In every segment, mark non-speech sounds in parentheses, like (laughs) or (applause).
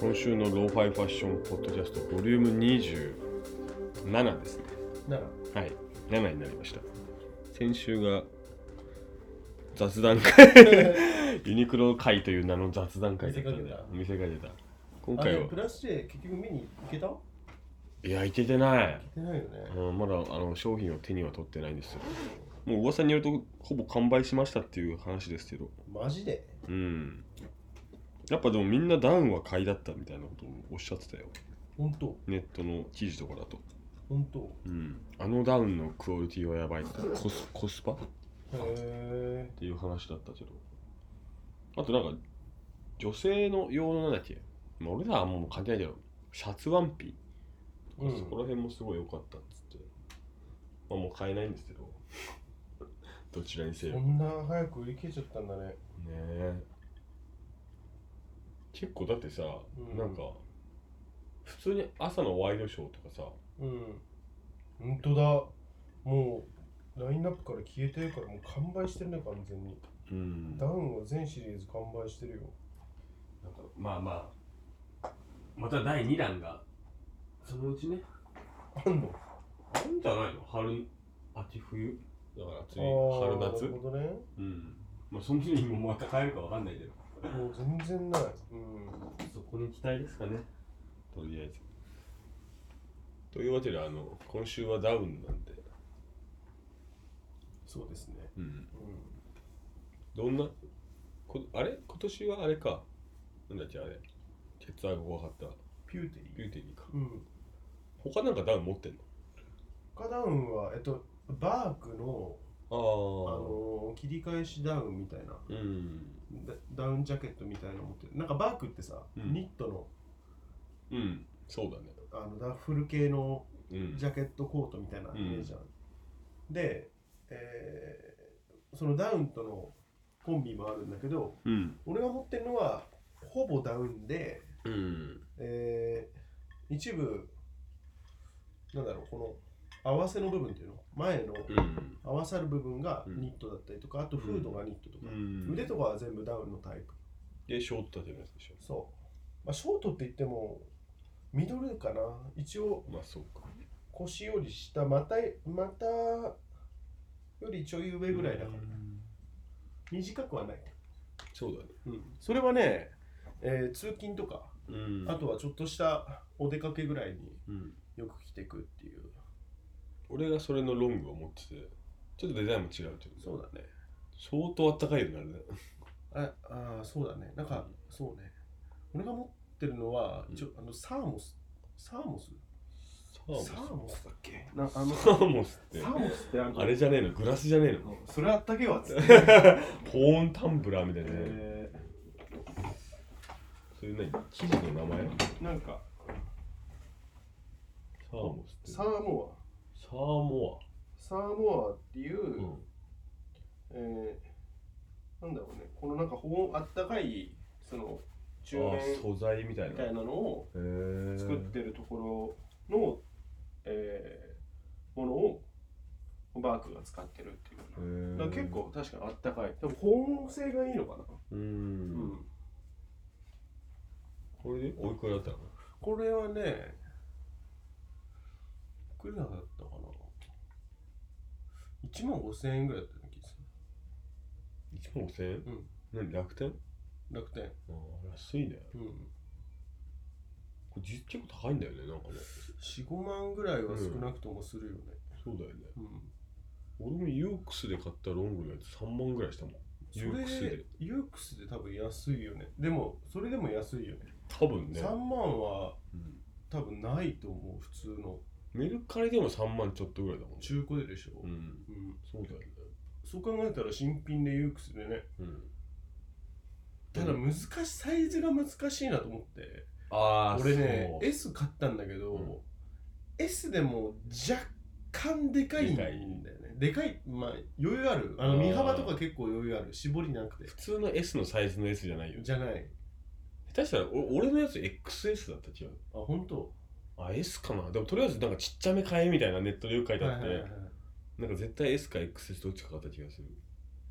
今週のローファイファッションポッドキャストボリューム27ですねならはい7になりました先週が雑談 (laughs) 会ユニクロ会という名の雑談会だったんだ見せかけた今あ回れはプラスで結局見に行けた行いやいけてないけてないよねうんまだあの商品を手には取ってないんですよもう噂によるとほぼ完売しましたっていう話ですけどマジでうんやっぱでもみんなダウンは買いだったみたいなことをおっしゃってたよ本当ネットの記事とかだと、本当うん、あのダウンのクオリティはやばいみたいなコスコスパっへていう話だったけどあとなんか女性の用のなんだっけ、まあ、俺らはもう関係ないけどシャツワンピえ、うそこら辺もすごい良かったっつって、まあ、もう買えないんですけど (laughs) どちらにせよこんな早く売り切れちゃったんだねねえ結構だってさ、うんなんか普通に朝のワイドショーとかさうん本当だもうラインナップから消えてるからもう完売してるね完全にうんダウンは全シリーズ完売してるよなんかまあまあまた第2弾がそのうちねあんのあるんじゃないの春秋冬だから次春あーな夏るほどねうんまあその時にもまた買えるかわかんないけどもう全然ないうんそこに期待ですかねとりあえずというわけであの今週はダウンなんで、そうですねうん、うんどんなこあれ今年はあれかなんだっけあれケツアゴが分かったピューティビーューティーにかうん他なんかダウン持ってんの他ダウンはえっとバークのああのー切り返しダウンみたいなあうんダダウンジャケットみたいなの持ってるなんかバークってさ、うんニットのうんそうだねあのダッフル系のうんジャケットコートみたいなイメージじゃん、で、えーそのダウンとのコンビもあるんだけどうん俺が持ってるのはほぼダウンで、うんえー一部なんだろうこの合わせの部分っていうの前のうん合わさる部分がうんニットだったりとかあとフードがニットとか、うん腕とかは全部ダウンのタイプでショート立てるやつでしょそう、まあ、ショートって言ってもミドルかな一応まあそうか腰より下またまたよりちょい上ぐらいだから、うん短くはない、そうだねうん、それはね、えー通勤とか、うんあとはちょっとしたお出かけぐらいにうんよく着てくっていう俺がそれのロングを持っててちょっとデザインも違うけどそうだね相当あったかいよねあれねああーそうだねなんか、そうね俺が持ってるのは、うんちょあのサーモスサーモスサーモスサーモスだっけなあのサーモスって (laughs) サーモスってあのあれじゃねえのグラスじゃねえのそれあったけえわっつって、ポーンタンブラーみたいなね、えそれ何生地の名前ーなんかサーモスってサーモサーモアサーモアっていう、ア、えーなんだろうねこのなんか保温あったかいその中あ年素材みたいみなたいへなのをえ作ってるところの、えーものをバークが使ってるっていうようなだから結構確かにあったかいでも保温性がいいのかな、うん、うん、これでおいくらだったのこれはね、いくらだったかな ?1 万5千円ぐらいだったような気がす1万5000円、うん何楽天る。楽天。ああ安いねうん。これ実結構高いんだよねなんかね4、5万ぐらいは少なくともするよね。そうだよねうん。俺もユークスで買ったロングのやつ3万ぐらいしたもんそユークスれで、ユークスで多分安いよね。でも、それでも安いよね。多分ね3、万はうん多分ないと思う、普通の。メルカリでも3万ちょっとぐらいだもんね中古ででしょ。うんうん。そうだよねそう考えたら新品でユークスでね。うんただ難しい、サイズが難しいなと思って。ああ俺ねそう S 買ったんだけど、うん S でも若干でかいんだよねでかいまあ余裕あるああのー身幅とか結構余裕ある絞りなくて普通の S のサイズの S じゃないよじゃない下手したらお俺のやつ XS だった違うあ本当あ S かなでもとりあえずなんかちっちゃめ買えみたいなネットでよく書いてあはっいて、はいはいあなんか絶対 S か XS どっちか買った気がする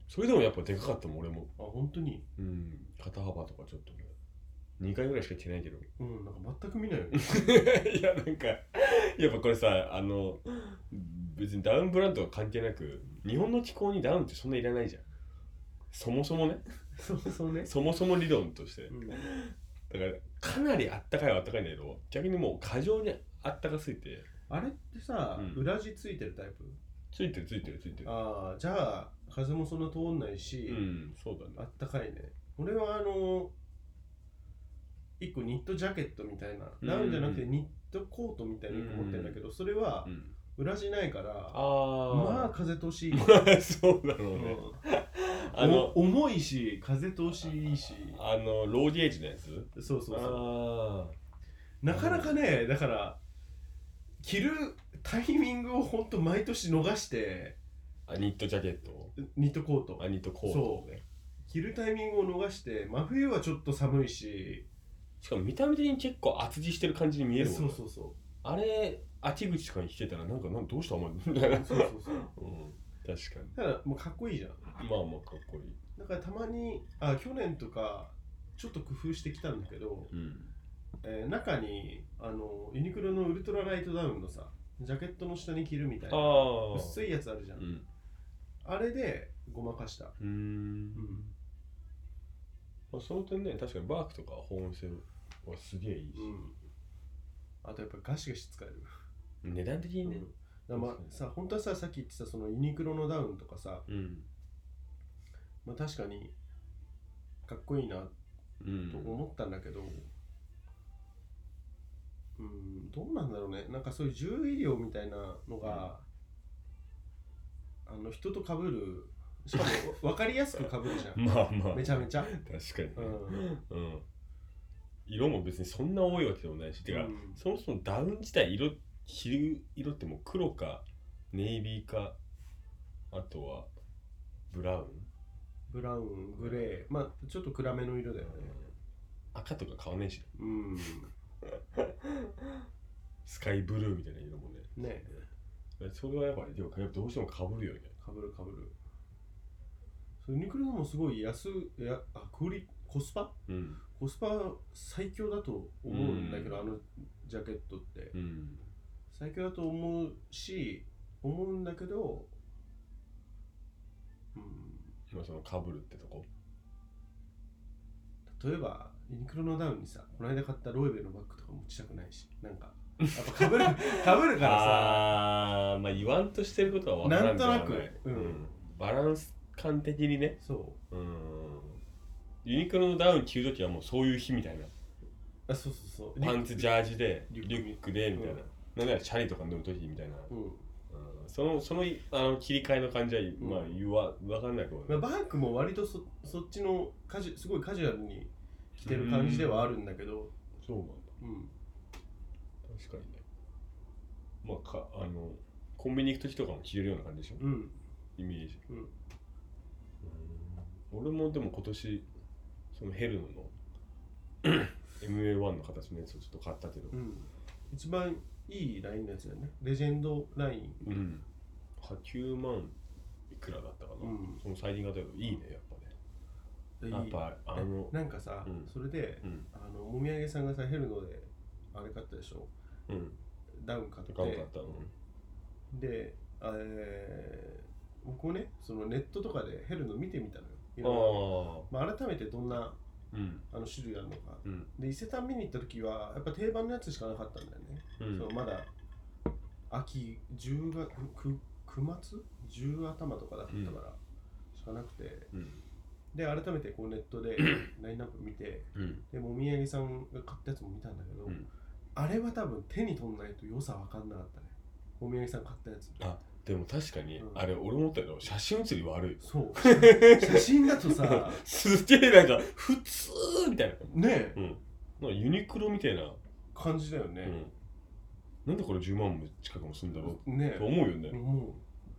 それでもやっぱでかかったもん俺も本当にうん肩幅とかちょっとね2回ぐらいしか行ってないけど (laughs) うん、なんか全く見ないよね。いやなんかやっぱこれさあの別にダウンブランドは関係なく日本の気候にダウンってそんないらないじゃんそもそもね (laughs) そうそうね。そもそも理論としてうん、だからかなりあったかいはあったかいんだけど逆にもう過剰にあったかすぎてあれってさ、うん裏地ついてるタイプついてるついてるついてるああ、じゃあ、風もそんな通んないうし、んそうだあねったかいね。俺はあの、一個ニットジャケットみたいな、うんダウンじゃなくてニットコートみたいなの一個持ってるんだけど、それはうん裏地ないから、あまああ (laughs) 風通しいい。そうだろうう (laughs) ねんあのお重いし、風通しいいし、あのローディエイジのやつそうそうそう。あなかなかね、だから、着るタイミングをほんと毎年逃して、ーあニットジャケットニットコートあ、ニットコートそう、着るタイミングを逃して、真冬はちょっと寒いし、しかも見た目的に結構厚着してる感じに見えるもんそねうそうそう。あれ秋口とかに着てたらなんかなんどうしたお前みたい (laughs) な、うん、確そうそうそう。かにただ、もうかっこいいじゃん。まあまあかっこいいだからたまに、あ、去年とか、ちょっと工夫してきたんだけど、うんえー中にあのユニクロのウルトラライトダウンのさ、ジャケットの下に着るみたいな、ああ薄いやつあるじゃん。うんあれでごまかした。うーんまあ、その点ね確かにバークとか保温性はすげえいいし、うんあとやっぱガシガシ使える。値段的にねだからまあさ、本当はさ、さっき言ってたそのユニクロのダウンとかさ、うんまあ確かにかっこいいなうんと思ったんだけど、うん、どうなんだろうね。なんかそういう獣医療みたいなのが、あの人と被る、しか (laughs) もわかりやすく被るじゃまあまあん。めちゃめちゃ。確かうにねん。うん、色も別にそんな多いわけでもないしてか、うんそもそもダウン自体色着る色ってもう黒かネイビーかあとはブラウン、ブラウン、グレー、まあちょっと暗めの色だよね。赤とか買わねえしうん。スカイブルーみたいな色もねねそれはやっぱりでもやっぱどうしてもかぶるよねかぶるかぶるそうユニクロのもすごい安いやあクオリコスパうんコスパ最強だと思うんだけど、うんあのジャケットってうん最強だと思うし思うんだけどうんまあそのかぶるってとこ例えばユニクロのダウンにさこの間買ったロエベのバッグとか持ちたくないしなんかやっ (laughs) ぱかぶるかぶるからああーまあ言わんとしてることは分からんではなんとなくううんんバランス感的にねさそうんユニクロのダウン着るときはもうそういう日みたいなうあそうそうそうパンツジャージでリリュュッッククでみたいな、うんなんならチャリとか乗るときみたいな、うんうんそのそのあの切り替えの感じは、まあ言わ分かんないけどね、まあ、バンクも割とそそっちのカジュすごいカジュアルに着てる感じではあるんだけど、そうなんだうん、確かにねまあかあのコンビニ行く時とかも着れるような感じでしょうん、イメージ、うんうん俺もでも今年そのヘルノの (coughs) MA1 の形のやつをちょっと買ったけどうん。一番いいラインのやつだよね。レジェンドライン。うん9万いくらだったかな、うんその最近型だといいねやっぱねやっぱあのななんかさ、うんそれで、うんあの、もみあげさんがさ、ヘルノで、あれ買ったでしょ。うんダウン買っ。高かってたうんで、えー、僕もね、そのネットとかでヘルノ見てみたのよいろいろ。あまあ、改めてどんなあうんあの種類あるのか。うんで、伊勢丹見に行った時は、やっぱ定番のやつしかなかったんだよね。うんそうまだ秋10月く9月10頭とかだったから、しかなくてうんで改めてこうネッ (laughs) トでラインナップ見てうんでもみあげさんが買ったやつも見たんだけど、うんあれは多分手に取んないと良さ分かんなかったねもみあげさん買ったやつあでも確かに、うんあれ俺思ったけど写真写り悪い (laughs) そう写真だとさすげえなんか普通みたいなねえうんなんかユニクロみたいな、感じだようね、ん、なんでこれ10万も近くもするんだろねうとえ思うよね、も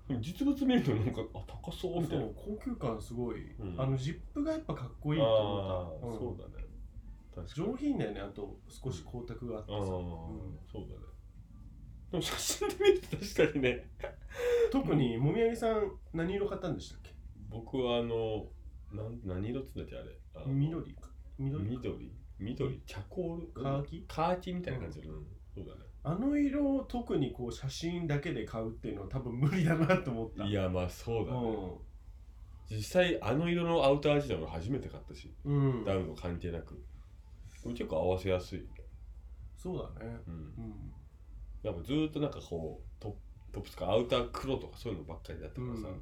でも実物見るとなんかあ高そううみたそいなう高級感すごい、うんあのジップがやっぱかっこいいとああ、思った、うんそうだね確かに上品だよねあと少し光沢があってあさ、あ、うんそうだねでも写真で見ると確かにね特にもみあげさん何色買ったんでしたっけ僕はあのなん何色っつうんだっけあれあの緑か緑か緑緑チャコールカーキカーキみたいな感じだね、うんそうあの色を特にこう写真だけで買うっていうのは多分無理だなと思っただねいやまあそうだね、う実際あの色のアウター自体俺初めて買ったし、ん、うん、ダウンの関係なくこれ結構合わせやすい、そうだねうんう、んやっぱずーっとなんかこうトップトップとかアウター黒とかそういうのばっかりだったからさ、うん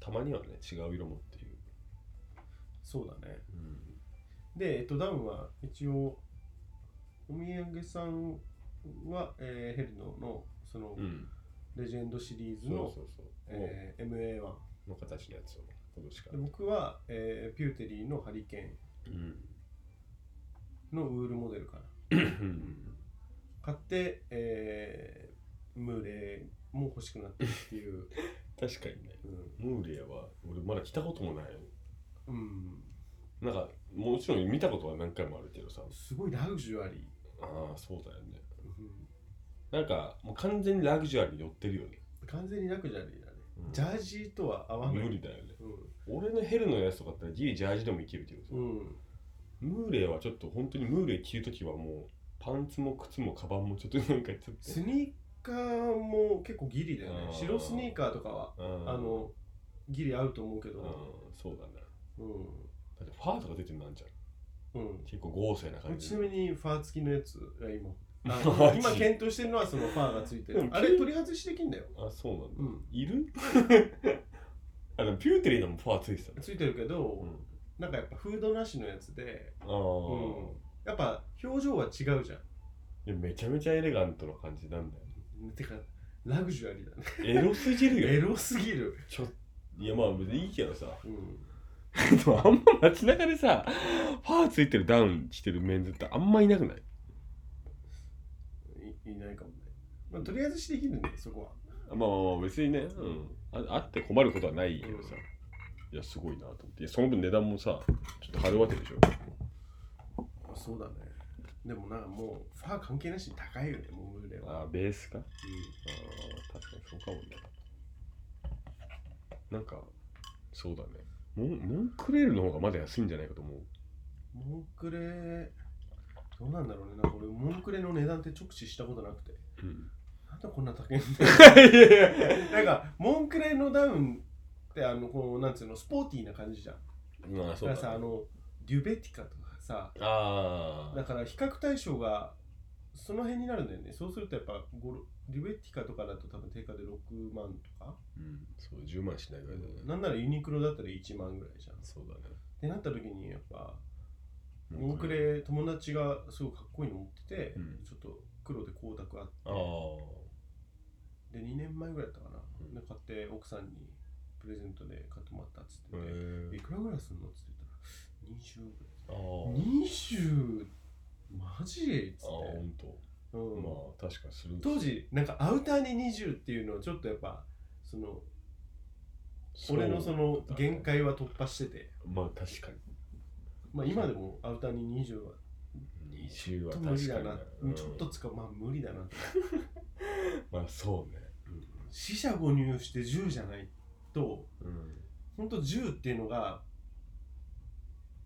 たまにはね違う色もっていう、そうだねで、えっと、ダウンは一応お土産さんは、えーヘルノのその、うん、レジェンドシリーズそうのそうそう、えー MA1 の形のやつを今年かでら、僕は、えーピューテリーのハリケーンのウールモデルかな (laughs) うん、買って、えームーレーも欲しくなってっていう、確かにねうんムーレアは俺まだ着たこともないうん、なんかもちろん見たことは何回もあるけどさすごいラグジュアリー、ああそうだよねうなんかもう完全にラグジュアリーに寄ってるよね、ん完全にラグジュアリーだね、うんジャージーとは合わない無理だよねう俺のヘルのやつとかだったらギリジャージでもいけるけどさ、ん、うん、ムーレイはちょっと本当にムーレイ着るときはもうパンツも靴もカバンもちょっとなんかちょっスとニーカーも結構ギリだよねあー白スニーカーとかはうんあのギリ合うと思うけうんどそうだねうだってファーとか出てるなんじゃんん、うん、結構豪勢な感じちなみにファー付きのやつ (laughs) が今あマジ今検討してるのはそのファーが付いてうるんあれ取り外しできんだよ、あそうなんだ、うん、いる (laughs) あのピューテリーのもファーついてたね付いてるけど、うんなんかやっぱフードなしのやつで、あうんー、やっぱ表情は違うじゃんいやめちゃめちゃエレガントな感じなんだよてかラグジュアリーだ (laughs) エねロすぎるエよロすぎる、ちょいやまあ別にいいけどさうん、 (laughs) でもあんま街中でさファーついてるダウンしてるメンズってあんまいなくないいいないかもね、まあ、取り外しできるんだよそこはまあまあまあ別にね、うん、ああって困ることはないけどさ、ういやすごいなと思っていやその分値段もさちょっと張るわけでしょあそうだねでもなんかもうファー関係なしに高いよねもうムーレは、あーベースかあう、ー確かにそうかもねなんかそうだねモンモンクレールの方がまだ安いんじゃないかと思うんモンクレどうなんだろうねなんか俺モンクレの値段って直視したことなくてうんなんでこんな高いん (laughs) だいやいやよなんかモンクレのダウンってあのこうなんつうのスポーティーな感じじゃん (laughs) まあだかそうらだ、ね、さあのデュベティカとかさあだから比較対象がその辺になるんだよねそうするとやっぱごろデュベティカとかだと多分定価で6万とか、ー、うん、そう10万しないぐらいだねなんならユニクロだったら1万ぐらいじゃんっそうだねてなった時にやっぱモンクレ友達がすごいかっこいいの持ってて、うんちょっと黒で光沢あああってで2年前ぐらいだったかな、うんで買って奥さんにプレゼントで買ってもらったっつってへて、えいくらぐらいすんのっつって言ったら20ぐあーあらい20マジっつーって、本当、うんまあ確かにする当時なんかアウターに20っていうのはちょっとやっぱその俺のそのうだね限界は突破してて、まあ確かにまあ、今でもアウターに20は20ちょはっと確かに無理だな、うんちょっと使うまあ無理だなと、まあそうね四捨五入して10じゃないとうんほんと10っていうのが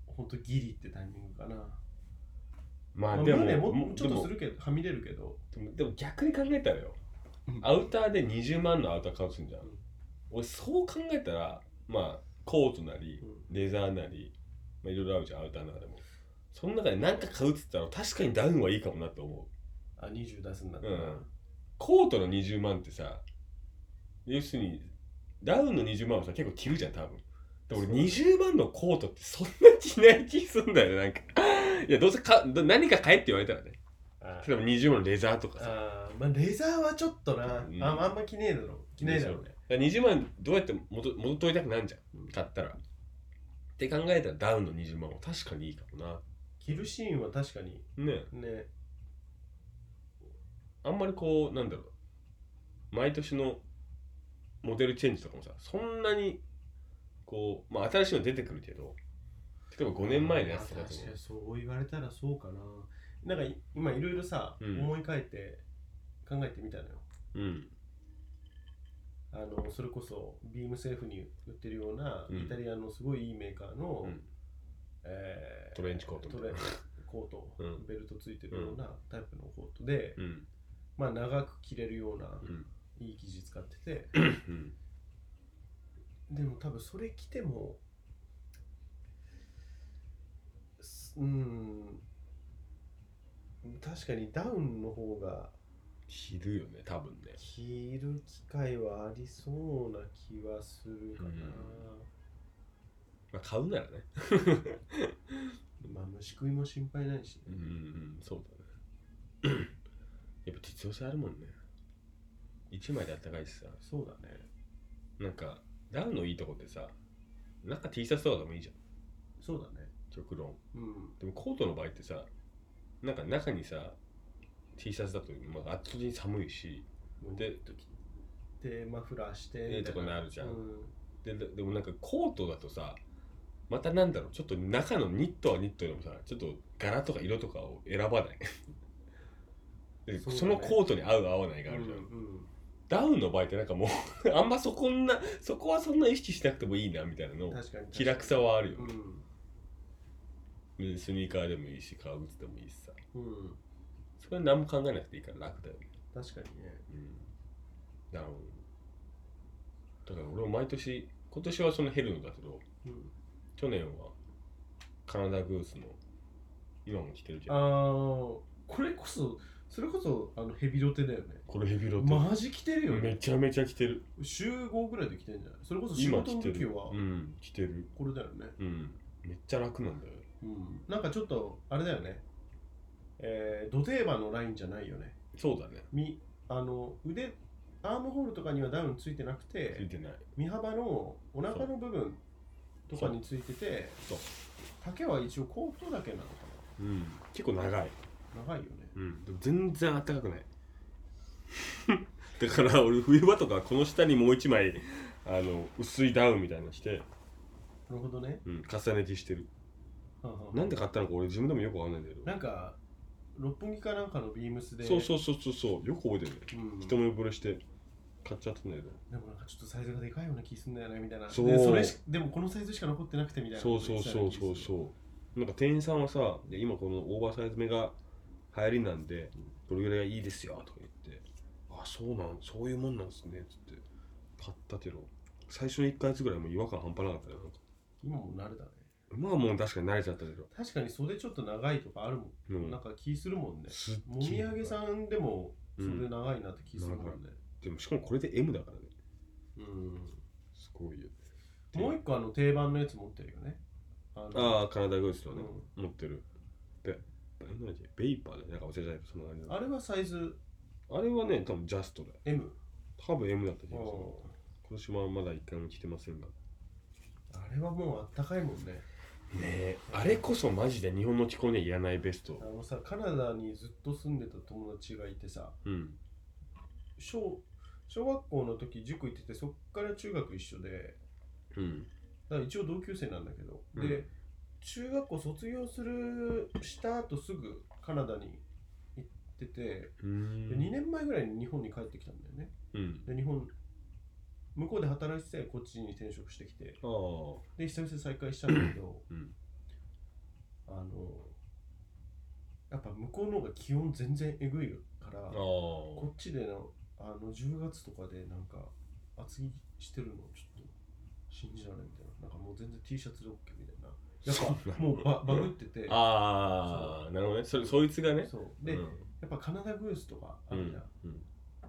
ほんとギリってタイミングかな、ままあ、あでも胸ももちょっとするけどはみ出るけどでもでも逆に考えたらようんアウターで20万のアウター買うとすんじゃん、うん俺そう考えたらまあコートなりうレザーなりまあいろいろあるじゃんアウターの中でもその中で何か買うっつったら確かにダウンはいいかもなって思うあ20出すんだったうら、んコートの20万ってさ要するにダウンの20万はさ結構着るじゃん多分で俺そう20万のコートってそんな着ない気すんだよねなんかいやどうせかど何か買えって言われたらねあ例えば20万のレザーとかさあーまあレザーはちょっとな、うんああんま着ねえだろ着ないだろうねだから20万どうやって戻戻っといたくなんじゃうんん買ったらって考えたらダウンの20万は確かにいいかもな着るシーンは確かにねねあんまりこうなんだろう毎年のモデルチェンジとかもさそんなにこうまあ新しいの出てくるけど例えば5年前のやつとかまあで確もかにそう言われたらそうかななんかい今いろいろさ、うん思い返って考えてみたのようんあのそれこそビームセーフに売ってるような、うんイタリアのすごいいいメーカーの、うんえートレンチコートみトたいレなコート、 (laughs) うんベルトついてるようなタイプのコートで、うんまあ長く着れるようなうんいい生地使ってて、うんでも多分それ着てもすうん確かにダウンの方が着るよね多分ね着る機会はありそうな気はするかな、まあ買うならねまあ虫食いも心配ないしね、うんうんそうだね (clears throat) やっぱ実用性あるもんね1枚であったかいしさそうだねなんかダウンのいいとこってさなんか T シャツとかでもいいじゃんそうだね極論うんでもコートの場合ってさなんか中にさ T シャツだと、まあ、圧倒的に寒いしででマフラーしてええみたとこいになるじゃんうんでででもなんかコートだとさまたなんだろうちょっと中のニットはニットでもさちょっと柄とか色とかを選ば (laughs) ないでそそうだねのコートに合う合わないがあうるんじゃん、うんダウンの場合ってなんかもうあんまそこんなそこはそんな意識しなくてもいいなみたいなの確かに気楽さはあるようね、んでスニーカーでもいいし革靴でもいいしさうんそれは何も考えなくていいから楽だよね確かにねうんなるほどだから俺も毎年今年はそのヘルのだけどうん去年はカナダグースの今も着てるじあゃんーこれこそそれこそあのヘビロテだよねこれヘビロテ、マジ着てるよめねちゃめちゃ着てる週5ぐらいで着てんじゃないそれこそ仕今事着のて時るはうん着てるこれだよねうんめっちゃ楽なんだようんなんかちょっとあれだよねえー、ド定番のラインじゃないよねそうだねみあの腕アームホールとかにはダウンついてなくついててない身幅のお腹の部分とかについててそう丈は一応コートだけなのかうん結構長いな長いよねうんでも全然暖かくない (laughs) だから俺冬場とかこの下にもう一枚あの薄いダウンみたいなのして、なるほどねうん、重ね着してるはんはんなんで買ったのか俺自分でもよくわかんないんだけどなんか六本木かなんかのビームスでそうそうそうそうそうよく覚えてるねうん、一目惚れして買っちゃったんだけどでもなんかちょっとサイズがでかいような気すんだよねみたいな。そうでそれしでもこのサイズしか残ってなくてみたいな。そうそうそうそうそうなんか店員さんはさで今このオーバーサイズ目が流行りなんでこれぐらいがいいですよとか言ってあそうなんそういうもんなんですねっつって買ったけど最初の1ヶ月ぐらいもう違和感半端なかったねなんか今もう慣れたね。まあもう確かに慣れちゃったけど確かに袖ちょっと長いとかあるもん。うんなんか気するもんね。すっもげみえあげさんでもうん袖長いなって気するもんね。でもしかもこれで M だからねうん。すごいよもう一個あの定番のやつ持ってるよね。あのああカナダグースのね、持ってるでなんだっけベイパーだよねなんか忘れちゃうそのあれあれはサイズあれはね多分ジャストだよ M。多分 M だった気あがする今年はまだ一回も来てませんがねれはもうあったかいもんね。えあれこそマジで日本の気候にはいらないベストあのさ、カナダにずっと住んでた友達がいてさ、うん小小学校の時塾行っててそっから中学一緒でうんだから一応同級生なんだけど、うんで中学校卒業するした後すぐカナダに行ってて、うでん2年前ぐらいに日本に帰ってきたんだよねうんで日本向こうで働いててこっちに転職してきてああで久々に再会したんだけど、うんあのやっぱ向こうの方が気温全然えぐいからああこっちでのあの10月とかでなんか厚着してるのちょっと信じられんみたいななんかもう全然 T シャツで OK みたいなそうなやっぱのもうババグっててああなるほどねそれそいつがねそうで、うやんっぱカナダグースとかあるじゃん、うん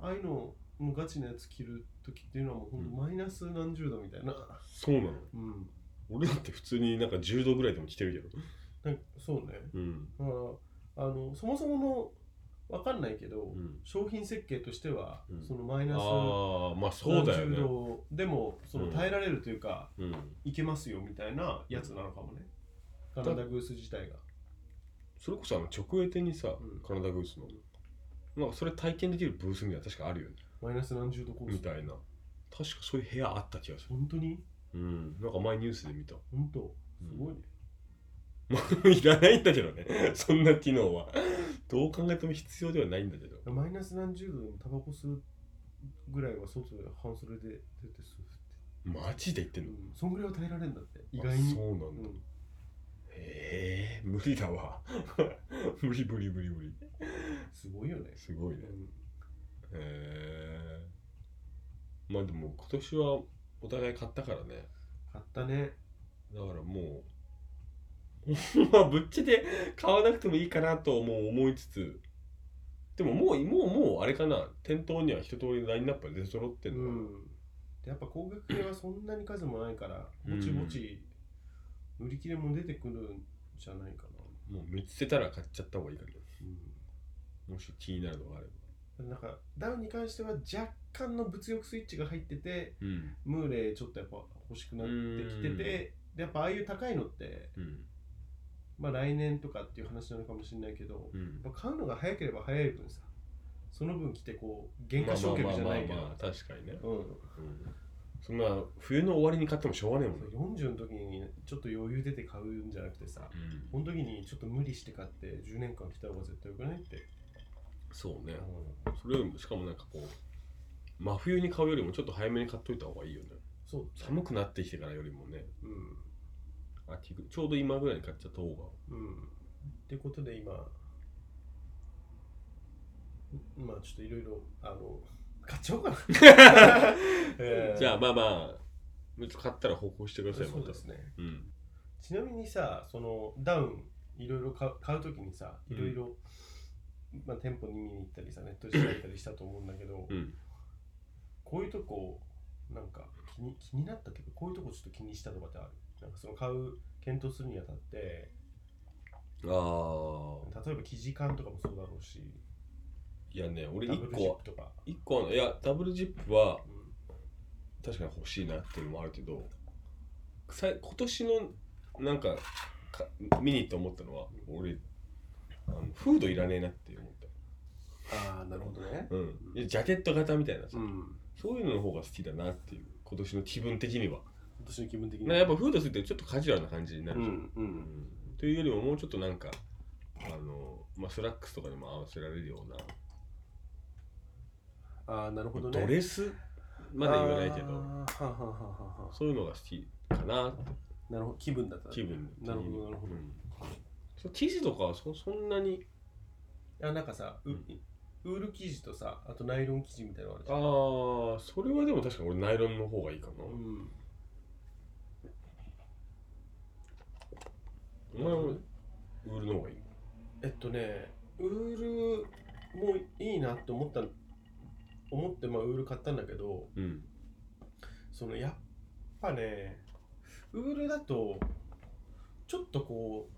ああいうのもうガチなやつ着る時っていうのはもうほんとうんマイナス何十度みたいなそうなのうん俺だって普通になんか10度ぐらいでも来てるけどなんかそうねうんだからあのそもそものわかんないけど、うん商品設計としては、うんそのマイナスああまあそうだよ何十ね度でもその耐えられるというか、うんいけますよみたいなやつなのかもね。カナダグース自体が。それこそあの直営店にさうんカナダグースのなんかそれ体験できるブースみたいなの確かあるよねマイナス何十度コース。みたいな確かそういう部屋あった気がする本当にうんなんか前ニュースで見た (laughs) 本当すごいい、ね。いらないんだけどね (laughs) そんな機能はどう考えても必要ではないんだけどマイナス何十度でもタバコ吸うぐらいは外で半袖で出て吸うって。マジで言ってんのうんそんぐらいは耐えられるんだって。意外に。あそうなんだ、うんへええ無理だわ (laughs) 無理無理無理無理すごいよね。すごいねええまあでも今年はお互い買ったからね買ったね。だからもう (laughs) まあぶっちゃけ買わなくてもいいかなとも思いつつでももうもうもうあれかな店頭には一通りラインナップが出揃ってうんのかな、ん。でやっぱ高額系はそんなに数もないから、うんぼちぼち売り切れも出てくるんじゃないかな。もう見つけたら買っちゃった方がいいかなうもし気になるのがあればん。なんかダウンに関しては若干の物欲スイッチが入ってて、うんムーレーちょっとやっぱ欲しくなってきてて、うんでやっぱああいう高いのって、うんまあ来年とかっていう話なのかもしれないけど、うんまあ買うのが早ければ早い分さ、その分来てこう、原価償却じゃないけまあまあまあまあど。確かにね、うん。うん、そんな冬の終わりに買ってもしょうがねえもんね40の時にちょっと余裕出て買うんじゃなくてさ、うんこの時にちょっと無理して買って10年間来た方が絶対よくないって。そううねんそれよりもしかもなんかこう真冬に買うよりもちょっと早めに買っといた方がいいよねそう。寒くなってきてからよりもねうん。秋ぐちょうど今ぐらいに買っちゃった方がうん。ってことで今、まあちょっといろいろ、あの、買っちゃおうかな。 (laughs) えーじゃあまあまあちょっと買ったら報告してくださいそまうたですね。うんちなみにさ、そのダウン、いろいろ買う買う時にさ、いろいろ、まあ店舗に見に行ったりさ、ネットで調べたりしたと思うんだけど、うんこういうとこなんか気に気になったというかこういうとこちょっと気にしたとかってあるなんかその買う検討するにあたってああ例えば生地感とかもそうだろうしいやね俺ダブ1ル個ジッはプとか、一個あのいやダブルジップはうん確かに欲しいなっていうのもあるけどさい今年のなんかか見に行って思ったのは俺あのフードいらねえなって思っああなるほどねた、うん、いやジャケット型みたいなさ、うんそういうのの方が好きだなっていう今年の気分的には、今年の気分的なんかやっぱフードついてちょっとカジュアルな感じになうるじゃんんううんんというよりももうちょっとなんかあの、まあ、スラックスとかにも合わせられるような、ああなるほどねドレスまで言わないけあーはどあはあはあはあはあそういうのが好きかなってなるほど気分だったら気分なるほどなるほど、うんそう生地とかはそそんなにあなんかさううんウール生地とさあとナイロン生地みたいなのあるじあゃんあそれはでも確かに俺ナイロンの方がいいかな、うんお前はウールの方がいいえっとね、ウールもいいなって思った思って、まあ、ウール買ったんだけど、うんそのやっぱね、ウールだと、ちょっとこ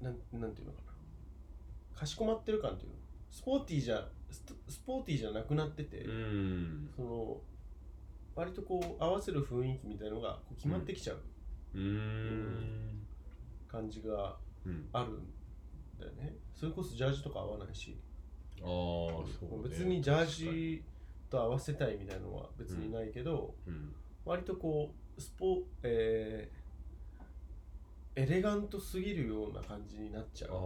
う、なんなんていうのかな、かしこまってる感っていうの、スポーティーじゃストスポーティーじゃなくなってて、うんその割とこう合わせる雰囲気みたいのがこう決まってきちゃううーん感じがうんあるんだよね。それこそジャージとか合わないし。ああそう、ね、別にジャージと合わせたいみたいなのは別にないけど、うん割とこうスポえー、エレガントすぎるような感じになっちゃああ、う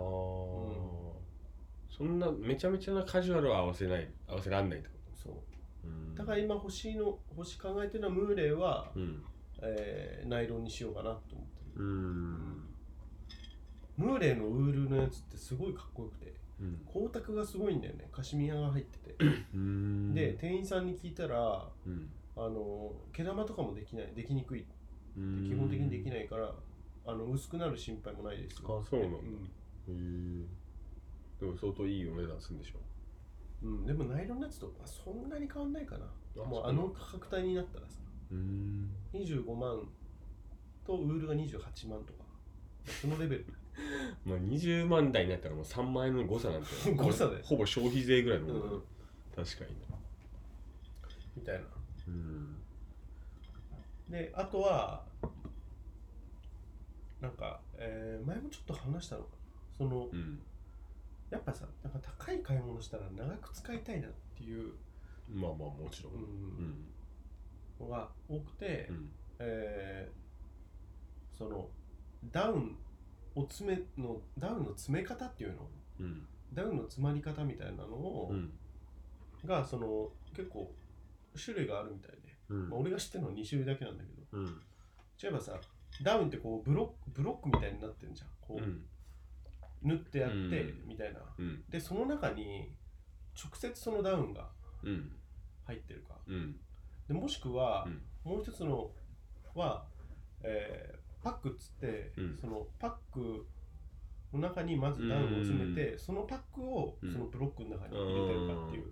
そんなめちゃめちゃなカジュアルは合わせない合わせらんないってこそうとうんだから今欲しいの欲し考えてるのはムーレーは、うんえーナイロンにしようかなと思ってる、うんムーレーのウールのやつってすごいかっこよくてうん光沢がすごいんだよねカシミヤが入ってて、うんで店員さんに聞いたらうんあの毛玉とかもできないできにくいうん基本的にできないからあの薄くなる心配もないですよあそうなんだんへえでも相当いいお値段するんでしょうんでもナイロンのやつとあそんなに変わんないかなあもそううあの価格帯になったらさうん25万とウールが28万とかそのレベルまあ20万台になったらもう3万円の誤差なんて (laughs) 誤差だよほぼ消費税ぐらいのものだね、うん確かにねみたいなうんであとはなんか、えー前もちょっと話したのかなそのうんやっぱさなんか高い買い物したら長く使いたいなっていうまあまあもちろんうんのが多くて、うんえーそのダウンを詰めのダウンの詰め方っていうのうんダウンの詰まり方みたいなのを、うんがその結構種類があるみたいで、うんまあ、俺が知ってるのは2種類だけなんだけうどん例えばさダウンってこうブロックブロックみたいになってるじゃんこう、うん縫ってやって、うんみたいなうんでその中に直接そのダウンがうん入ってるかうんでもしくはうん、もう一つのは、えーパックっつって、うんそのパックの中にまずダウンを詰めて、そのパックをうんそのブロックの中に入れてるかっていう、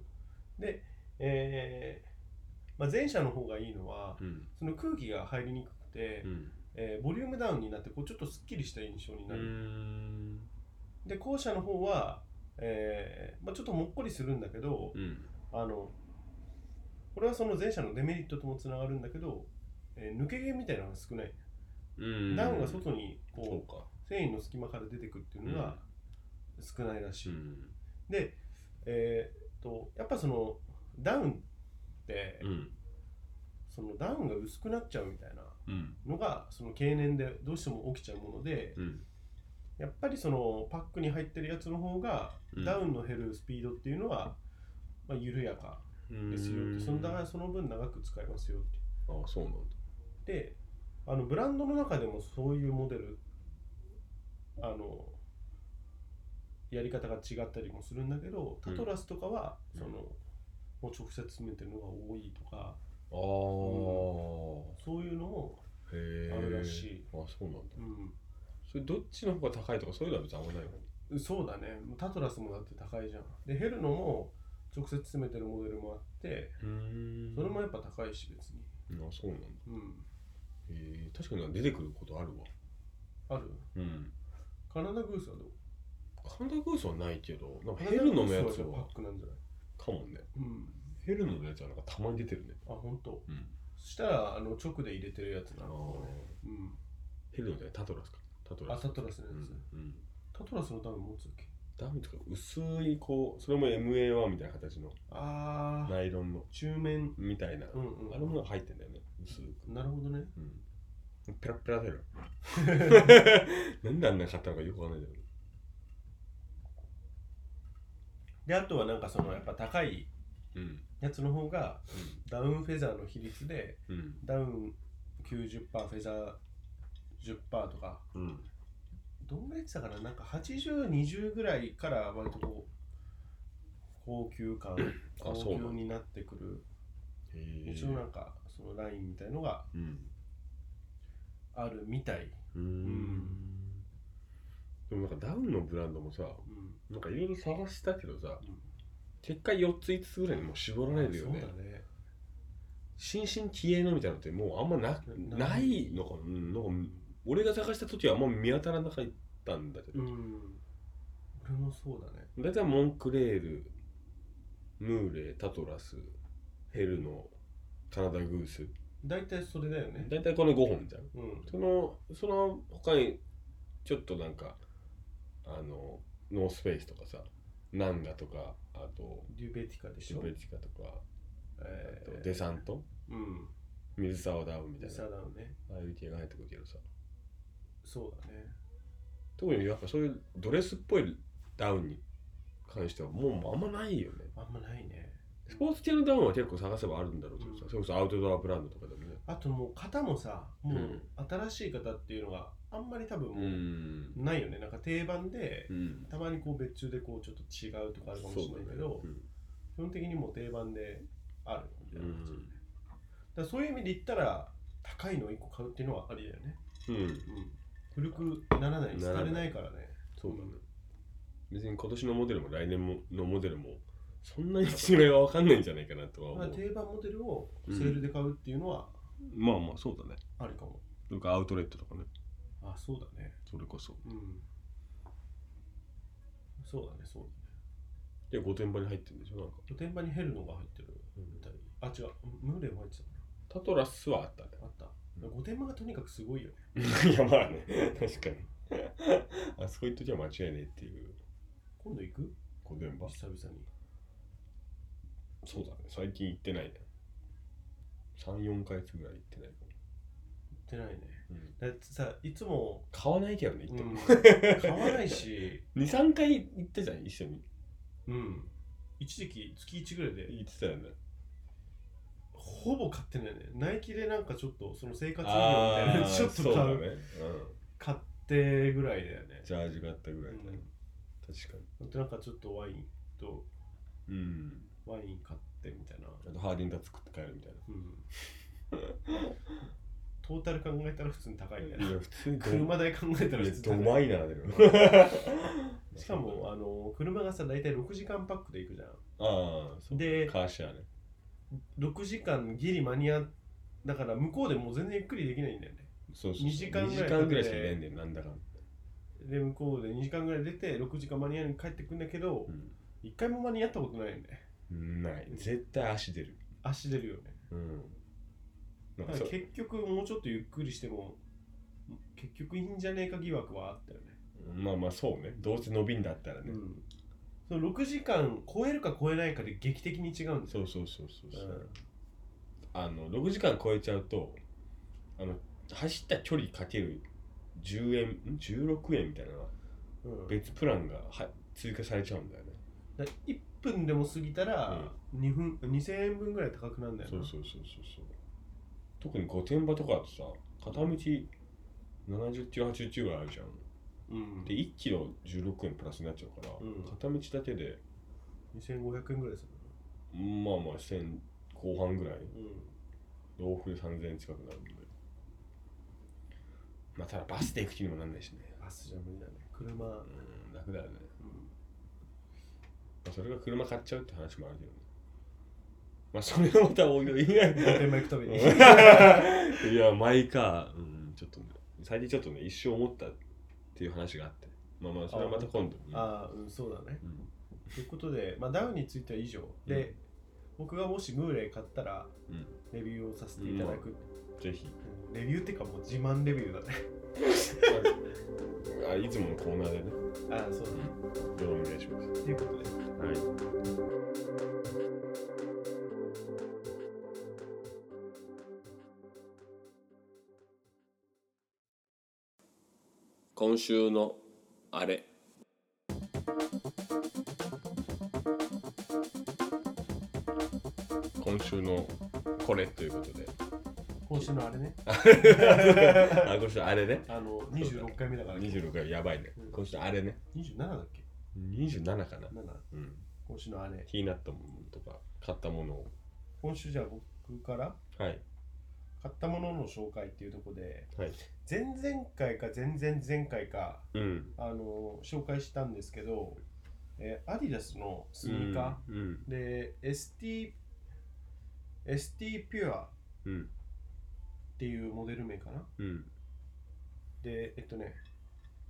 で、えーまあ、前者の方がいいのはうんその空気が入りにくくて、うんえーボリュームダウンになってこうちょっとすっきりした印象にうなる、んで後者の方は、えーまあ、ちょっともっこりするんだけど、うんあのこれはその前者のデメリットともつながるんだけど、えー抜け毛みたいなのが少ない、うんダウンが外にそこうかう繊維の隙間から出てくっていうのが少ないらしうい、んでえーっとやっぱそのダウンって、うんそのダウンが薄くなっちゃうみたいなうんのがその経年でどうしても起きちゃうもので、うんやっぱりそのパックに入ってるやつの方が、うんダウンの減るスピードっていうのは、まあ、緩やかうんですよってそのだからその分長く使えますよってあそうなんだであのブランドの中でもそういうモデルあのやり方が違ったりもするんだけどタトラスとかは、うんそのもう直接詰めてるのが多いとかああそういうのも、へえあるらしいあそうなんだうそれどっちの方が高いとかそういうのは別にあんまないのん、そうだねタトラスもだって高いじゃんでヘルノも直接詰めてるモデルもあってうんそれもやっぱ高いし別にあそうなんだうんへえ確かに出てくることあるわあるうんカナダグースはどうカナダグースはないけどなんかヘルノのやつカナダグースははパックなんじゃないかもねうんヘルノのやつはなんかたまに出てるねあ本当。うんそしたらあの直で入れてるやつあなの、ねーうんヘルノじゃないタトラスかタトあ、ラスタトラスのやうつ。んうんタトラスのダウン持つっけダウンとか薄いこうそれも MA1 みたいな形のあー、ナイロンの中面。みたいな、うんうん。あれもなんか入ってんだよね薄く、なるほどね。うん、ペラペラだよ (laughs) なんであんなに買ったのかよくわかんないけどで、あとはなんかそのやっぱ高いうんやつの方がダウンフェザーの比率でうんダウン90%フェザー10%とかうんどんぐらいやってたかななんか8020ぐらいから割とこう高級感 (clears throat) あ高そうなん級だになってくるへえ一応なんかそのラインみたいのがうんあるみたい、うーんでもなんかダウンのブランドもさうんなんかいろいろ探したけどさうん結果4つ5つぐらいにもう絞られるよねそうだね新進気鋭のみたいなのってもうあんまななないのかな,、うん、なんか俺が探した時はあんま見当たらなかったんだけど、うん俺もそうだね大体モンクレールムーレタトラスヘルのカナダグース大体それだよね大体この5本じゃんうんそのその他にちょっとなんかあのノースフェイスとかさナンガとかあとデュベティカでシしょュベチカとか、えあとーデサントうん水沢ダウンみたデいサなダウンねああいう系が入ってくるけどさそうだね特にやっぱそういうドレスっぽいダウンに関してはもうもうあんまないよねあんまないねスポーツ系のダウンは結構探せばあるんだろうけどさ、うんそれこそアウトドアブランドとかでもねあともう型もさうもうん新しい型っていうのがあんまり多分うもんうないよね、なんか定番でうんたまにこう別注でこうちょっと違うとかあるかもしれないけど、そうだね基本的にもう定番であるみたいな感じだようねんだからそういう意味で言ったら高いのを1個買うっていうのはありだよね、うん、うんうん、古くならないなら廃ないれないからねそうだね。別に今年のモデルも来年ものモデルもそんなに違いは分かんないんじゃないかなとは思まあ、う。定番モデルをセールで買うっていうのはまあまあそうだね。あるかも。とかアウトレットとかね。あ、そうだね。それこそ。うん。そうだね、そうだね。で、御殿場に入ってるんでしょなんか。御殿場にヘルノが入ってるみたい。あ、違う。ムーレも入ってたかタトラスはあったな。あった。御殿場がとにかくすごいよね。ね。いやまあね。 (laughs) 確かに。あそこ行っときは間違いねえっていう。今度行く御殿場久々に。そうだね。最近行ってないね。3、4ヶ月ぐらい行ってないか行ってないね。も。うんだってさ、いつも、買わないけどね、行うってもん、。買わな (laughs) いし、 2、3回行ったじゃん、一緒に。うん。一時期月1ぐらいで行ってたよね。ほぼ買ってないねナイキでなんかちょっとその生活用みたいあなあ (laughs) ちょっと買そうだうね、買ってぐらいだよねうん、ジャージ買ったぐらいだうねん、確かあとなんかちょっとワインとにうんワイン買ってみたいな、あとハーディンダー作って帰るみたいなうん、 (laughs) トータル考えたら普通に高いんだよいねや普通に車代考えたらい普や通ドにマ高いイナーだよ (laughs) しかもあの車がさ大体6時間パックで行くじゃんああそうでカーシェアね6時間ギリ間に合っだから向こうでもう全然ゆっくりできないんだよねそうそうそう二時間ぐらい二時間ぐらいしかいないんだよなんだかんだで向こうで2時間ぐらい出て6時間間に合うように帰ってくんだけどう1回も間に合ったことないよねんない絶対足出る足出るよねうんなだんかからそ結局もうちょっとゆっくりしても結局いいんじゃねえか疑惑はあったよね、まあまあそうねどうせ伸びんだったらね、うん、その6時間超えるか超えないかで劇的に違うんですそようそうそうそうそう、うんあの6時間超えちゃうとあの走った距離かける10円ん16円みたいなうん別プランがは追加されちゃうんだよね、だから1分でも過ぎたら2分2000円分ぐらい高くなるんだよそなうそうそうそうそう特に御殿場とかだとさ片道70キロ80キロぐらいあるじゃんうん、で1キロ16円プラスになっちゃうから、うん片道だけで2500円ぐらいするまあまあ1000後半ぐらいなうん往復で3000円近くなるんでまあただバスで行く気にもなんないしねバスじゃ無理だね車、うん (laughs) うん楽だよね、まあ、それが車買っちゃうって話もあるけどねまあそれはまたおいおい電話行くたび (laughs) に (laughs) いやマイカー、うん、ちょっとね最近ちょっとね一生思ったっていう話があってまあまあそれはまた今度ああうんそうだねうんということで、まあ、ダウンについては以上で、僕がもしムーレイ買ったらうんレビューをさせていただく、ぜひうんレビューっていうかもう自慢レビューだねあいつものコーナーでねああそうだねよろしくお願いしますということではい今週のあれ今週のこれということ (laughs) で今週のあれねあ今週のあれねあの26回目だから26回やばいねうん今週のあれね27だっけ27かな7うん今週のあれ気になったものとか買ったものを今週じゃあ僕からはい買ったものの紹介っていうところではい前々回か前々前回かうんあの紹介したんですけど、えーアディダスのスニーカうんうんー、で ST, ST ピュアっうんていうモデル名かなうんでえっとね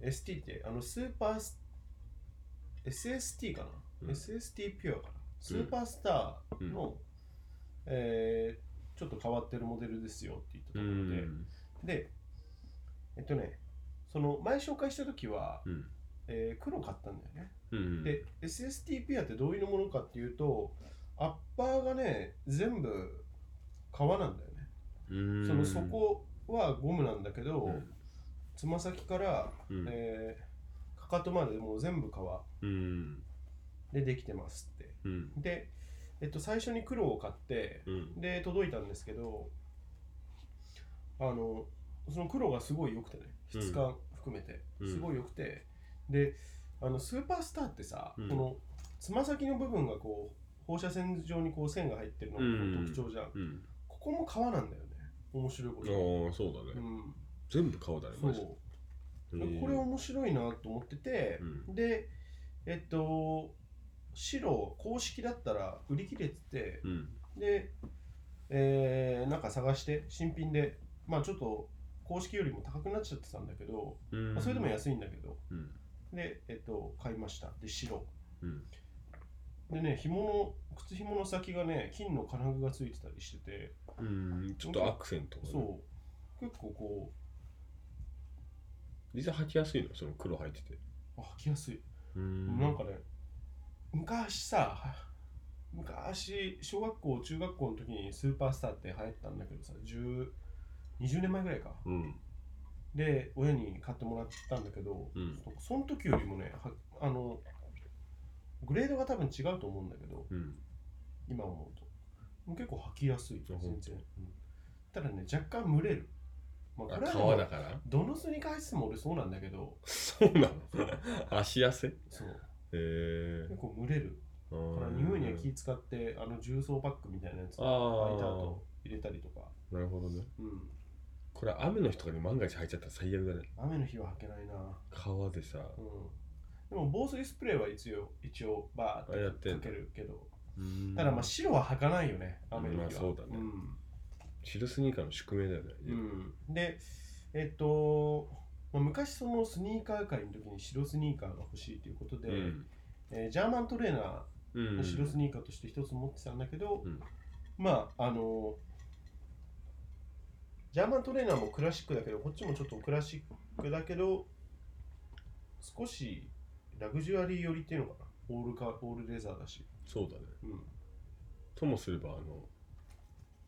ST ってあのスーパース SST かな、うん SST ピュアかなスーパースターの、えーちょっと変わってるモデルですよって言ったとうころで、んでえっとねその前紹介した時は、うんえー黒買ったんだよねうんで SST ピアってどういうものかっていうとアッパーがね全部革なんだよね、うんその底はゴムなんだけど、うんつま先から、うんえーかかとまでもう全部革うんでできてますってうんで、えっと、最初に黒を買ってうんで届いたんですけどあのその黒がすごい良くてねうん質感含めて、うんすごい良くてであのスーパースターってさ、うんこのつま先の部分がこう放射線状にこう線が入ってるのうんが特徴じゃん、うんここも皮なんだよね面白いこと、ああそうだうねん、全部顔だねそうマジでへーこれ面白いなと思ってて、うでえっと白公式だったら売り切れてて、うんで、えーなんか探して新品でまあちょっと公式よりも高くなっちゃってたんだけど、うんまあ、それでも安いんだけどうんでえっと買いましたで白うんでね紐の靴紐の先がね金の金具がついてたりしててうんちょっとアクセントがねそう結構こ実際履きやすいのその黒履いててうあ履きやすい、うんなんかね昔さは昔小学校中学校の時にスーパースターって流行ったんだけどさ10 20年前ぐらいかうんで親に買ってもらったんだけど、うんその時よりもねはあのグレードが多分違うと思うんだけどうん今思うともう結構履きやすいあ全ほんと然、うんただね若干蒸れる、まあ、これはで川だもからどのスニーカー履いてても俺そうなんだ (laughs) けどそうなの足痩せへそうえ結構蒸れるだから匂いには気使ってあの重曹パックみたいなやつあをあライターと入れたりとか、なるほどねうん、これ雨の日とかに万が一入っちゃったら最悪だね雨の日は履けないな川でさうんでも防水スプレーは一応一応バーあやっっててんかだけるけどうんただまあ白は履かないよね雨の日は、まあそうだねんシルスニーカーの宿命だよね、うん、でえっと、まあ、昔そのスニーカー会の時に白スニーカーが欲しいということで、えージャーマントレーナうんーの白スニニーカーとして一つ持ってたんだけど、うんまああのジャーマントレーナーもクラシックだけどこっちもちょっとクラシックだけど少しラグジュアリー寄りっていうのかなオールかオールレザーだし、そうだねうん、ともすればあの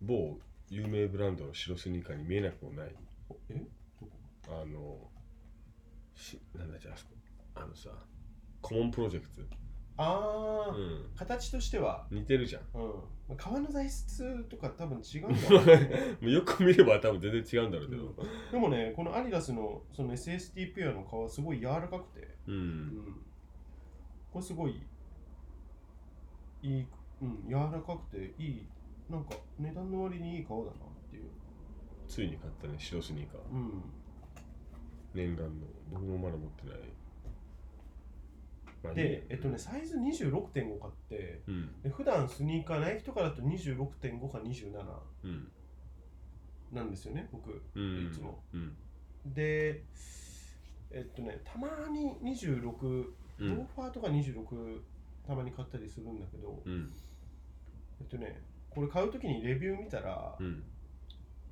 某有名ブランドの白スニーカーに見えなくもないおえどこあのしなんだっけあそこあのさコモンプロジェクあト、あ、うん、形としては似てるじゃん (laughs) うんまあ、革の材質とか多分違うんだろうねもうよく見れば多分全然違うんだろうけどでもねこのアディダスのその SST ピュアの革すごい柔らかくて、うん、うん、これすごいいい、うん、柔らかくていいなんか値段の割にいい革だなっていう、ついに買ったね白スニーカーうん、念願の僕もまだ持ってない、まあでえっとね、サイズ26.5買っていいうんで普段スニーカーナイキとかだと26.5か27うんなんですよね僕うんいつもうんでえっとねたまに26うローんファーとか26たまに買ったりするんだけど、うんえっとね、これ買うときにレビュー見たら、うん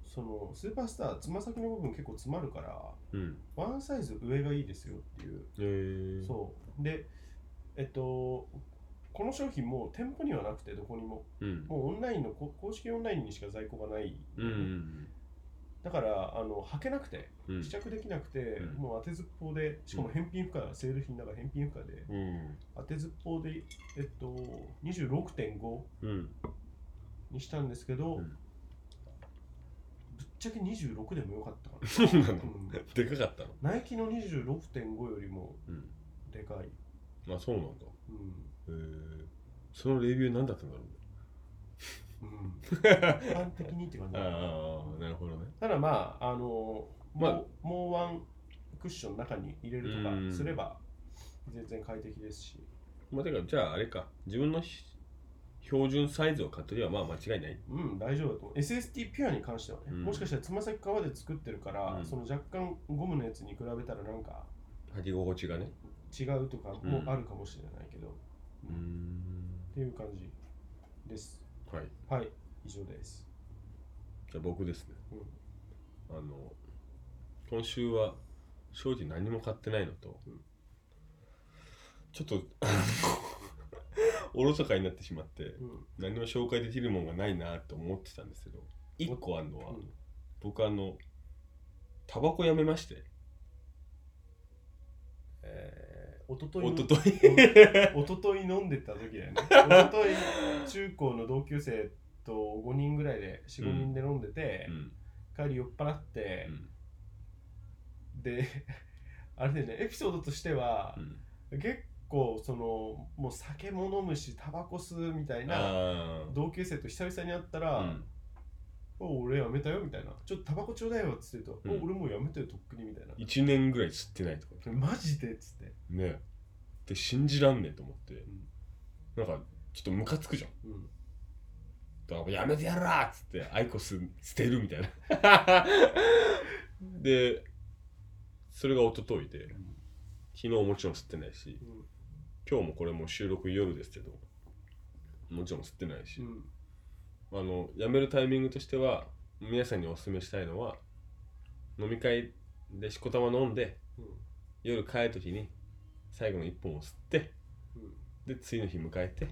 そのスーパースター、つま先の部分結構詰まるから、うんワンサイズ上がいいですよっていう。えー、そう。で、えっと、この商品もう店舗にはなくて、どこにも。うんもうオンラインの、こ公式オンラインにしか在庫がない。うんだから、あの、履けなくて、うん試着できなくて、うんもう当てずっぽうで、しかも返品不可、セール品だから返品不可で、うん当てずっぽうで、えっと、26.5。うんにしたんですけど、うん、ぶっちゃけ26でもよかったかなそうな (laughs) うのんでかかったのナイキの26.5よりもうんでかい、まあそうなんだうんえー、そのレビュー何だったんだろうねうん、一般的にって感じだああなるほどねただまああのまあもうもうワンクッションの中に入れるとうんかすれば全然快適ですし、まあてかじゃああれか自分のひ標準サイズを買っとりはまあ間違いないうん、大丈夫だと思う SST ピュアに関してはね、うんもしかしたらつま先革で作ってるから、うんその若干ゴムのやつに比べたらなんか履き心地がね違うとかもあるかもしれないけど、うーんっていう感じですはいはい、以上です。じゃあ僕ですねうん、あの今週は正直何も買ってないのと、うんちょっと (laughs) あのおろそかになってしまってうん、何も紹介できるもんがないなと思ってたんですけど一個あるのは、うん僕あのタバコやめましてえー、おとといおのととい (laughs) おととい飲んでた時だよね。おととい中高の同級生と5人ぐらいで4、5人で飲んでて、うん帰り酔っ払って、で、あれだよね、エピソードとしてはう、ん結構そのもう酒も飲むし、タバコ吸うみたいな。あー同級生と久々に会ったら、うんお俺やめたよみたいな、ちょっとタバコちょうだいよっつって言うと、うんお俺もうやめたよとっくにみたいな、 1年ぐらい吸ってないとかマジでっつって、ねで信じらんねえと思って、んなんかちょっとムカつくじゃんうん、だからやめてやらーっつってアイコス捨てるみたいな (laughs) でそれが一昨日で昨日もちろん吸ってないしうん今日もこれもう収録夜ですけどもちろん吸ってないし、うんあのやめるタイミングとしては皆さんにお勧めしたいのは飲み会でしこたま飲んでう夜帰る時に最後の一本を吸ってんうんで次の日迎えて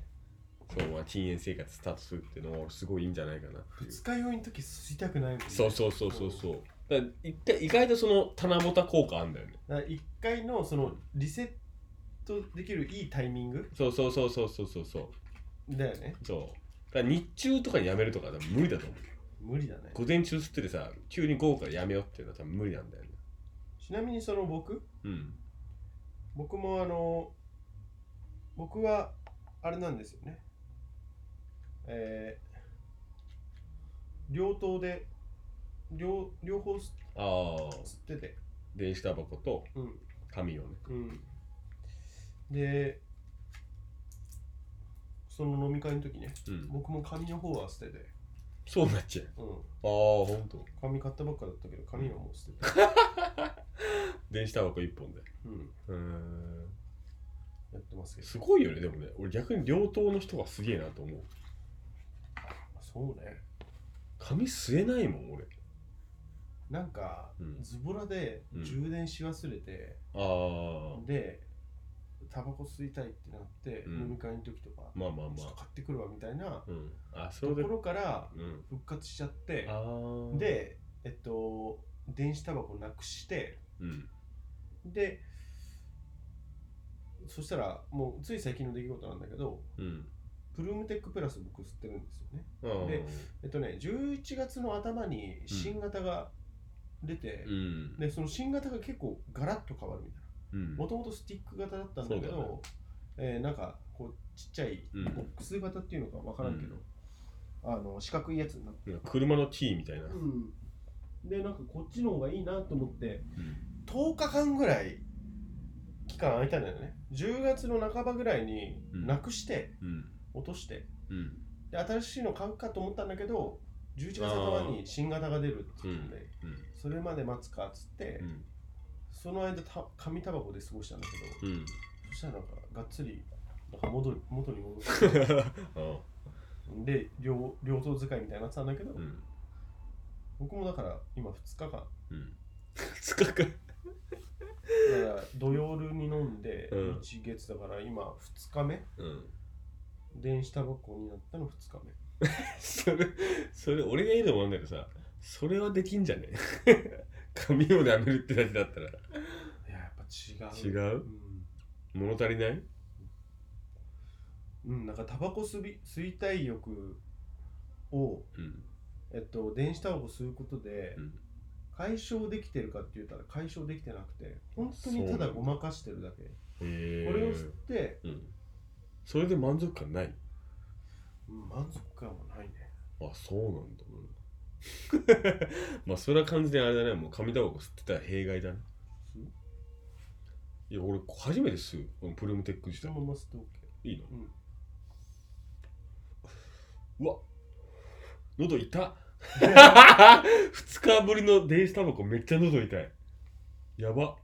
そうまあ禁煙生活スタートするっていうのはすごいいいんじゃないかなっていう二日酔いの時吸いたくないもんねそうそうそうそうそう。だから一回意外とその棚ぼた効果あんだよね。だから一回のそのリセットできるいいタイミングそうそうそうそうそうそうそう。だよねそう。から日中とかにやめるとか多分無理だと思う無理だね午前中吸っててさ急に午後からやめようっていうのは多分無理なんだよねちなみにその僕うん僕もあの僕はあれなんですよねえー、両頭で両両方吸ああ吸ってて電子タバコとうん紙をねうんでその飲み会の時ねうん僕も紙の方は捨てて、そうなっちゃううん、ああほんと紙買ったばっかだったけど紙はもう捨てて、電子タバコ1本でうん、うーんやってますけどすごいよねでもね俺逆に両党の人がすげえなと思うそうね紙吸えないもん俺なんか、うんズボラでうん充電し忘れて、ああでタバコ吸いたいってなって、うん飲み会の時とか、まあまあまちょっとあ買ってくるわみたいなうんあそとれこでろからうん復活しちゃってああでえっと電子タバコなくしてうんでそしたらもうつい最近の出来事なんだけどうんプルームテックプラス僕吸ってるんですよねあーでえっとね11月の頭に新型が出て、うんでその新型が結構ガラッと変わるみたいなうんもともとスティック型だったんだけそうだねど、えーなんかこうちっちゃいうんボックス型っていうのかわからんけど、あの四角いやつになって、なんか車のキーみたいなでなんかこっちの方がいいなと思ってうん10日間ぐらい期間空いたんだよね10月の半ばぐらいにうんなくしてうん落としてうんで新しいの買うかと思ったんだけど11月頭に新型が出るっていうんで、うんそれまで待つかっつって、うんその間た紙タバコで過ごしたんだけど、うん (laughs) そしたらなんかがっつりなんか戻り元に戻って (laughs) あで両両頭使いみたいになってたんだけど、ーうん僕もだから今2日間だかうん2日間ら土曜日に飲んでうん1月だから今2日目うん電子タバコになったの2日それそれ俺が言うのもなんだけどさそれはできんじゃね (laughs) 髪を舐めるってだけだったら目いややっぱ違う違ううん物足りないうん、なんかタバコ吸い吸いたい欲を、うんえっと、電子タバコ吸うことでうん解消できてるかって言ったら解消できてなくて本当にただごまかしてるだけへこれを吸っえて、うんそれで満足感ないうん満足感はないねあそうなんだ (laughs) まあそれは完全にあれだねもう紙タバコ吸ってたら弊害だねいや俺初めて吸うこのプルームテック自そ体のまま吸って OK いいのうんうわ喉痛 (laughs) っ二日ぶりの電子タバコめっちゃ喉痛いやば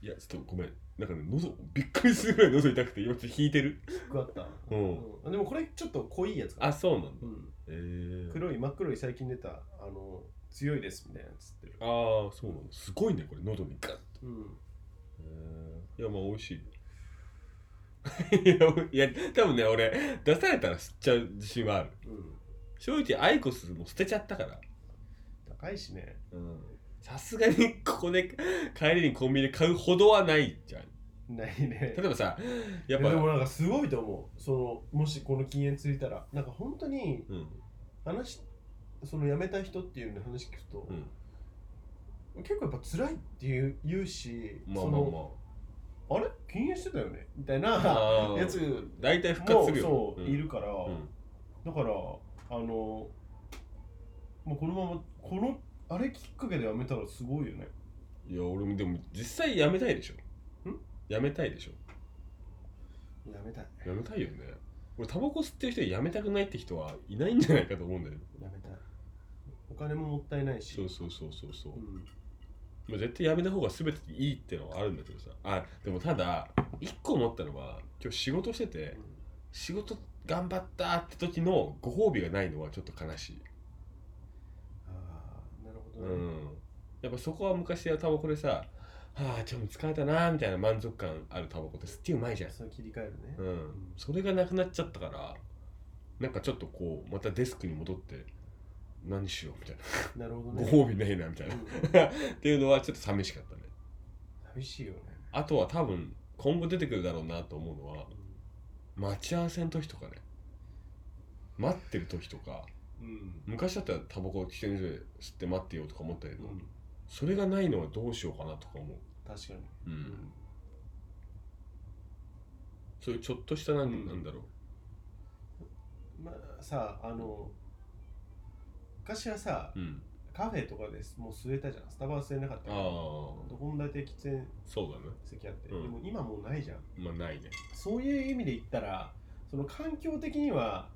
いやちょっとごめんなんかね喉びっくりするぐらい喉痛くて今ちょっと引いてるグワッタうんでもこれちょっと濃いやつかなあそうなんうだん、へえ黒い真っ黒い最近出たあの強いですみたいなやつってるああそうなんだすごいねこれ喉にガッとうんい (laughs) やまあ美味しいいやおいや多分ね俺出されたら吸っちゃう自信はあるうん正直アイコスも捨てちゃったから高いしねうんさすがにここで帰りにコンビニで買うほどはないじゃんないね例えばさやっいやでもぱなんかすごいと思うそのもしこの禁煙ついたらなんか本当にうん話その辞めた人っていうの話聞くとう、ん結構やっぱ辛いっていう言うし、まあそまあのあれ禁煙してたよねみたいなまあやつあー大体復活もするよそう、んいるから、うんだからあのもうこのままこのあれきっかけでやめたらすごいよねいや俺もでも実際やめたいでしょんやめたいでしょやめたいやめたいよね俺タバコ吸ってる人でやめたくないって人はいないんじゃないかと思うんだよねやめたいお金ももったいないしそうそうそうそうそう、うんまあ、絶対やめた方が全ていいってのはあるんだけどさあでもただ一個思ったのは今日仕事してて仕事頑張ったって時のご褒美がないのはちょっと悲しい、ああなるほうどね、ん、やっぱそこは昔はタバコでさ「はあ今日も疲れたな」みたいな満足感あるタバコって吸ってうまいじゃん、それ切り替えるね、うん、それがなくなっちゃったからなんかちょっとこうまたデスクに戻って何しようみたいななるほどねご褒美ないなみたいなうんっていうのはちょっと寂しかったね寂しいよね、あとは多分今後出てくるだろうなと思うのはうん待ち合わせの時とかね待ってる時とかうん昔だったらタバコ人にぞれ吸って待ってようとか思ったけうど、んそれがないのはどうしようかなとか思う、確かにうんうんそういうちょっとしたなん,、うんなんだろうまあさあの昔はさうんカフェとかですもう吸えたじゃんスタバは吸えなかったああからどこも大体喫煙そうだね席あって、うんでも今もうないじゃんまあないねそういう意味で言ったらその環境的には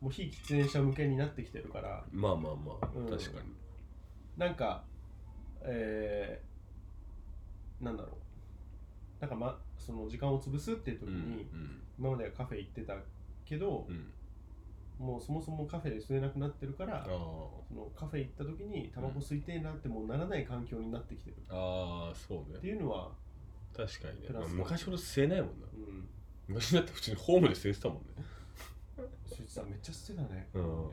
もう非喫煙者向けになってきてるからまあまあまあ、うん確かになんかえー、なんだろうなんかまその時間を潰すっていうう時んに、今まではカフェ行ってたけどうん、うんもうそもそもカフェで吸えなくなってるからああそのカフェ行った時にタバコ吸いてえなってもうならない環境になってきてる、ああそうってねいうのは、確かにね、プまラあス昔ほど吸えないもんなうん、昔だって普通にホームで吸えてたもんねそいつさめっちゃ吸ってたね、うん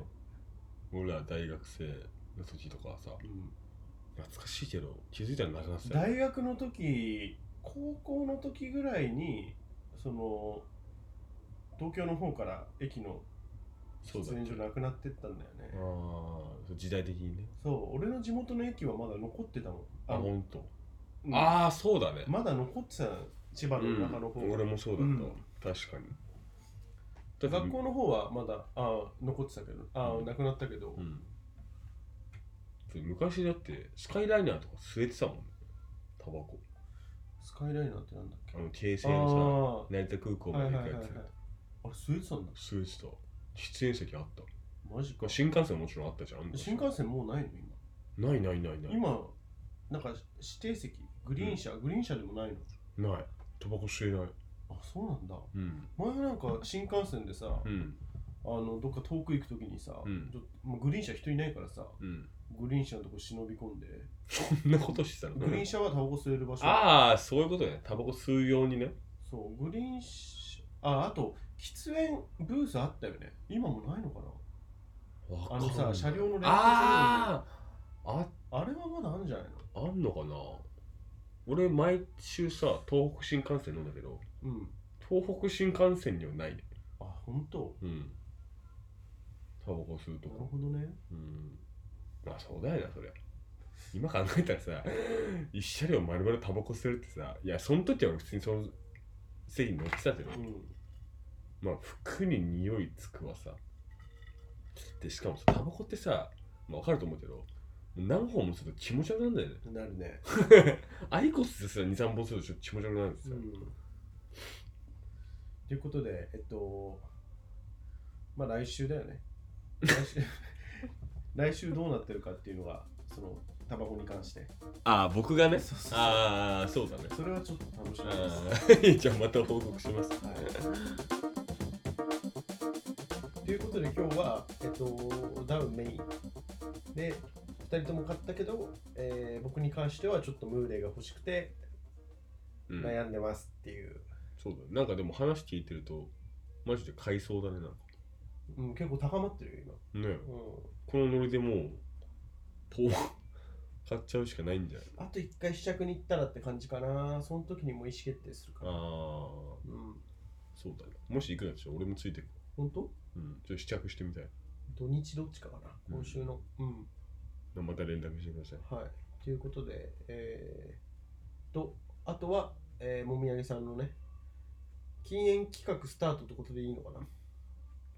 俺ら大学生の時とかはさうん懐かしいけど気づいたらなくなってたよ大学の時高校の時ぐらいにその東京の方から駅のそう喫だっ煙け所なくなってったんだよねああ時代的にねそう俺の地元の駅はまだ残ってたもんあのほんとうんああそうだねまだ残ってた千葉うの中の方、ん、俺もそうだった、うん確かにだって学校の方はまだあー残ってたけどあー、うんなくなったけど、うんで昔だってスカイライナーとか吸えてたもんねタバコスカイライナーってなんだっけあの京あ成ーのさ成田空港まはいでは行いくはいやはいつあれ吸えてたんだ吸えてた喫煙席あったマジまかあ新幹線ももちろんあったじゃん新幹線もうないのないないないない今今なんか指定席グリーン車、グリーン車でもないのないタバコ吸えないあそうなんだうん前なんか新幹線でさ、うんあのどっか遠く行くときにさ、うんちょもうグリーン車人いないからさうん (laughs) グリーン車のとこ忍び込んでそんなことしてたのグリーン車はタバコ吸える場所ああそういうことねタバコ吸うようにねそうグリーン車ああと喫煙ブースあったよね今もないのかなああのさ車両の連携するよねああああれはまだあるんじゃないのあんのかな俺毎週さ東北新幹線乗んだけどうん東北新幹線にはないねあ本当うんタバコ吸うとなるこほどねうんまあそうだよなそりゃ今考えたらさ一車両丸々タバコ吸えるってさいやその時は俺普通にその席に乗ってたけど、うんまあ服に匂いつくわさでしかもさタバコってさ、まあ、分かると思うけど何本もすると気持ち悪くなるんだよねなるね、 (laughs) アイコスですら23本するとちょっと気持ち悪くなるんですうよ、ん、ということでえっとまあ来週だよね来 (laughs) 週来週どうなってるかっていうのがそのタバコに関してああ僕がねそうそうそうああそうだねそれはちょっと楽しみですあー (laughs) じゃあまた報告しますはいということで今日は、えっと、ダウンメインで2人とも買ったけど、えー僕に関してはちょっとムーレイが欲しくてうん悩んでますっていう、そうだねなんかでも話聞いてるとマジで買いそうだねなんかうん、結構高まってるよねえ今、このノリでもうポー買っちゃうしかないんじゃないうん、あと1回試着に行ったらって感じかなその時にもう意思決定するあからあうんそうだねもし行くならちょっと俺もついてく本当うんちょっと試着してみたい土日どっちかかなうん今週のうん、まあまた連絡してくださいはいということでえー、とあとは、えー、もみあげさんのね禁煙企画スタートってことでいいのかな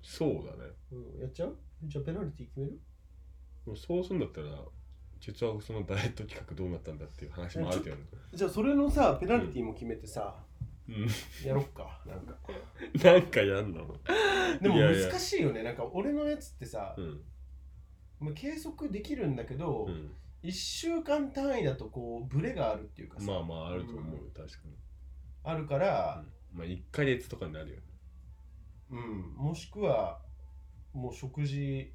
そうだねうん、やっちゃうじゃあペナルティ決めるもうそうするんだったら実はそのダイエット企画どうなったんだっていう話もあるけ (laughs) どねじゃあそれのさ、ペナルティも決めてさ、うんやろっか。なんか。 (laughs) なんかやんのでもいやいや難しいよね。なんか俺のやつってさう、んまあ計測できるんだけど、うん1週間単位だとこう、ブレがあるっていうかさ、まあまああると思うよ確かにあるから、うんまあ1ヶ月とかになるよねうん、もしくは、もう食事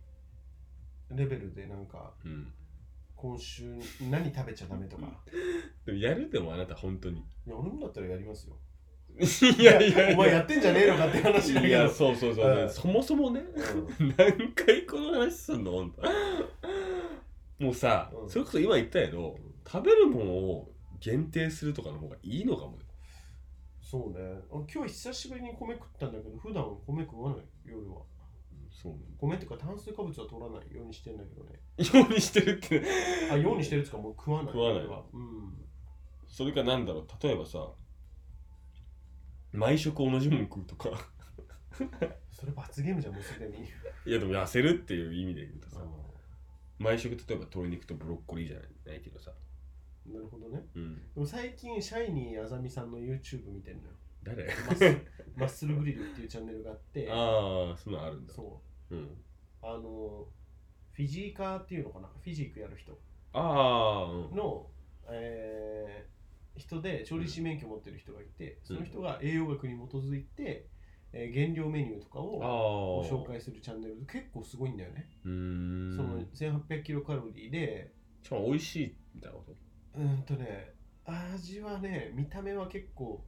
レベルでなんか、うん今週何食べちゃダメとか。でもやるでもあなた本当にいや、俺もだったらやりますよ。 (laughs) いお前やってんじゃねえのかって話だけいどや。そうそうそう、うんそもそもね (laughs) うん何回この話すんの本当もうさ、うんそれこそ今言ったけど食べるものを限定するとかの方がいいのかもねそうね。あ今日久しぶりに米食ったんだけど、普段米食わない、夜は。そう (laughs) なん米とか炭水化物は取らないようにしてんだけどね。だ。ようにしてるって、あ、ようにしてるっつうかもう食わない。食わない俺はうん。それかなんだろう、例えばさ、毎食同じもの食うとか。それ罰ゲームじゃん、もうすでに。いやでも痩せるっていう意味で言うとさ、毎食例えば鶏肉とブロッコリーじゃないないけどさ、 (laughs) なるほどね。うん、でも最近、シャイニーあざみさんの YouTube 見てんのよ。誰マッスマッスルグリ (laughs) ルっていうチャンネルがあって、ああ、そんなのあるんだ。そう。うん、あの、フィジーカーっていうのかな。フィジークやる人ああ、うん、の、えー人で調理師免許持ってる人がいて、その人が栄養学に基づいて、えー原料メニューとかあをあご、紹介するチャンネルで結構すごいんだよね。うーん。その1800キロカロリーで、しかも美味しいみたいなこうーんとね、味はね、見た目は結構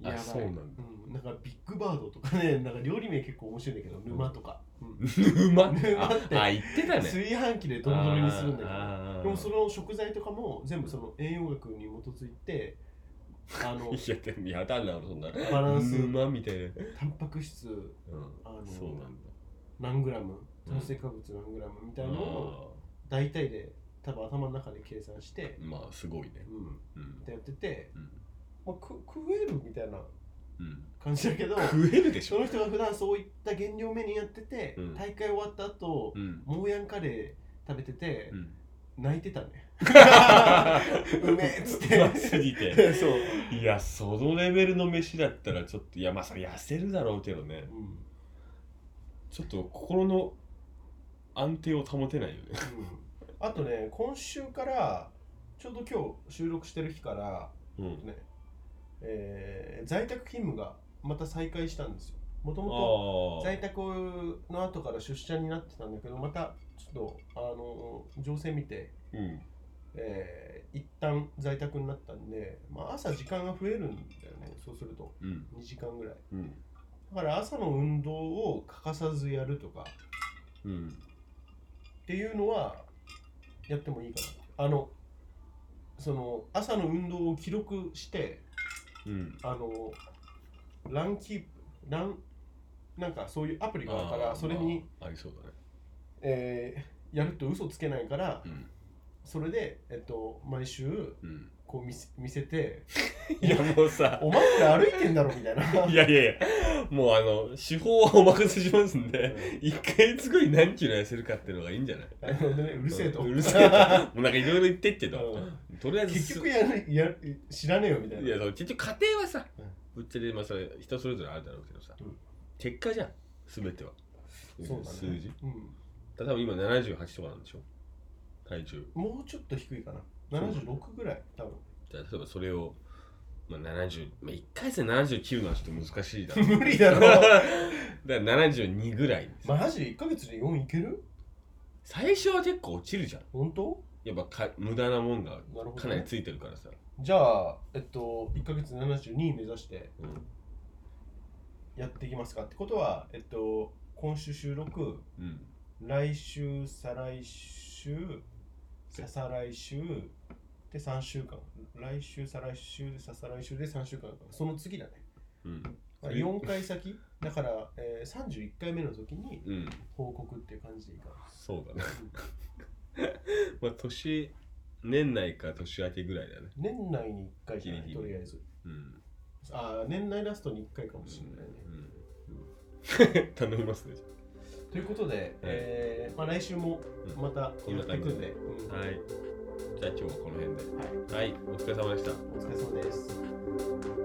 やばあい。そうなんだうんなんかビッグバードとかね、なんか料理名結構面白いんだけど、沼とか。うんと。うま (laughs) っ沼ってあ、あ言ってたね。炊飯器でドロドロにするんだけど。どでもその食材とかも全部その栄養学に基づい (laughs) てあのいや、でもやだな、そんな。バランスうまみたいな。タンパク質うんあのそうなんだ。何グラム炭水化物何グラムみたいなのを大体で多分頭の中で計算してあ、ーまあ、すごいねう。ん、うんって。やってて、うんまあ、く食えるみたいなうん感じだけど食えるでしそょの人が普段そういった減量メニューやってて、うん大会終わった後うん。モーヤンカレー食べてて、うん。泣いてた (laughs) ね (laughs) ううめえっつっうますてぎて。そう、いや、そのレベルの飯だったら、ちょっと、いや、まあ、それ痩せるだろうけどね。うんちょっと、心の安定を保てないよね。あとね、今週から、ちょうど今日収録してる日から、うん。ねえー在宅勤務がまた再開したんですよ。もとあもとー在宅の後から出社になってたんだけど、またちょっとあの情勢見て、うん。えー一旦在宅になったんで、まあ、朝時間が増えるんだよね、そうするとうん。 2時間ぐらい。うん。だから朝の運動を欠かさずやるとかうん。っていうのはやってもいいかなあのその朝の運動を記録してうん。あのランキープランなんかそういうアプリがあるかあらーそれに、、まあ、ありそうだね。えーやると嘘つけないからうん。それで、えっと、毎週うん。 (laughs) こう見せ見せていや、もうさ。「お前ら歩いてんだろ」みたいな (laughs) いやいやいや、もうあの、手法はお任せしますんで、一回月後に何キロ痩せるかっていうのがいいんじゃないなるほどねうるせえとうるせえと。もうなんかいろいろ言ってっけど、とりあえず (laughs) 結す、局やるや知らねえよみたいいなや、その結局家庭はさ、ぶっちゃけ、まあそれ人それぞれあるだろうけどさ、うん結果じゃん、すべては。そうだね数字。うん、ただ多分今78とかなんでしょ体重。もうちょっと低いかな76ぐらい多分じゃあ例えばそれを、まあ、70、まあ、1回戦79のはちょっと難しいだろう。 (laughs) 無理だだろから72ぐらいです、マジで1ヶ月で4いける最初は結構落ちるじゃん本当やっぱか無駄なもんがなるほどねかなりついてるからさ、じゃあえっと1ヶ月72目指してうんやっていきますかってことはえっと今週収録うん、来週再来週再々来週で3週間来週再来週再々来週で3週間その次だねうんまあえ4回先だから、えー、31回目の時にうん、報告っていう感じでいいかなそうだね (laughs) まあ年年内か年明けぐらいだね年内に1回じゃなギリいギリとりあえずうんあー年内ラストに1回かもしれないね、うん頼みますねということで、えーまあ、来週もまたやこんなってい感くじんで、でうんはいじゃあ今日はこの辺ではいはいお疲れ様でしたお疲れ様です。はい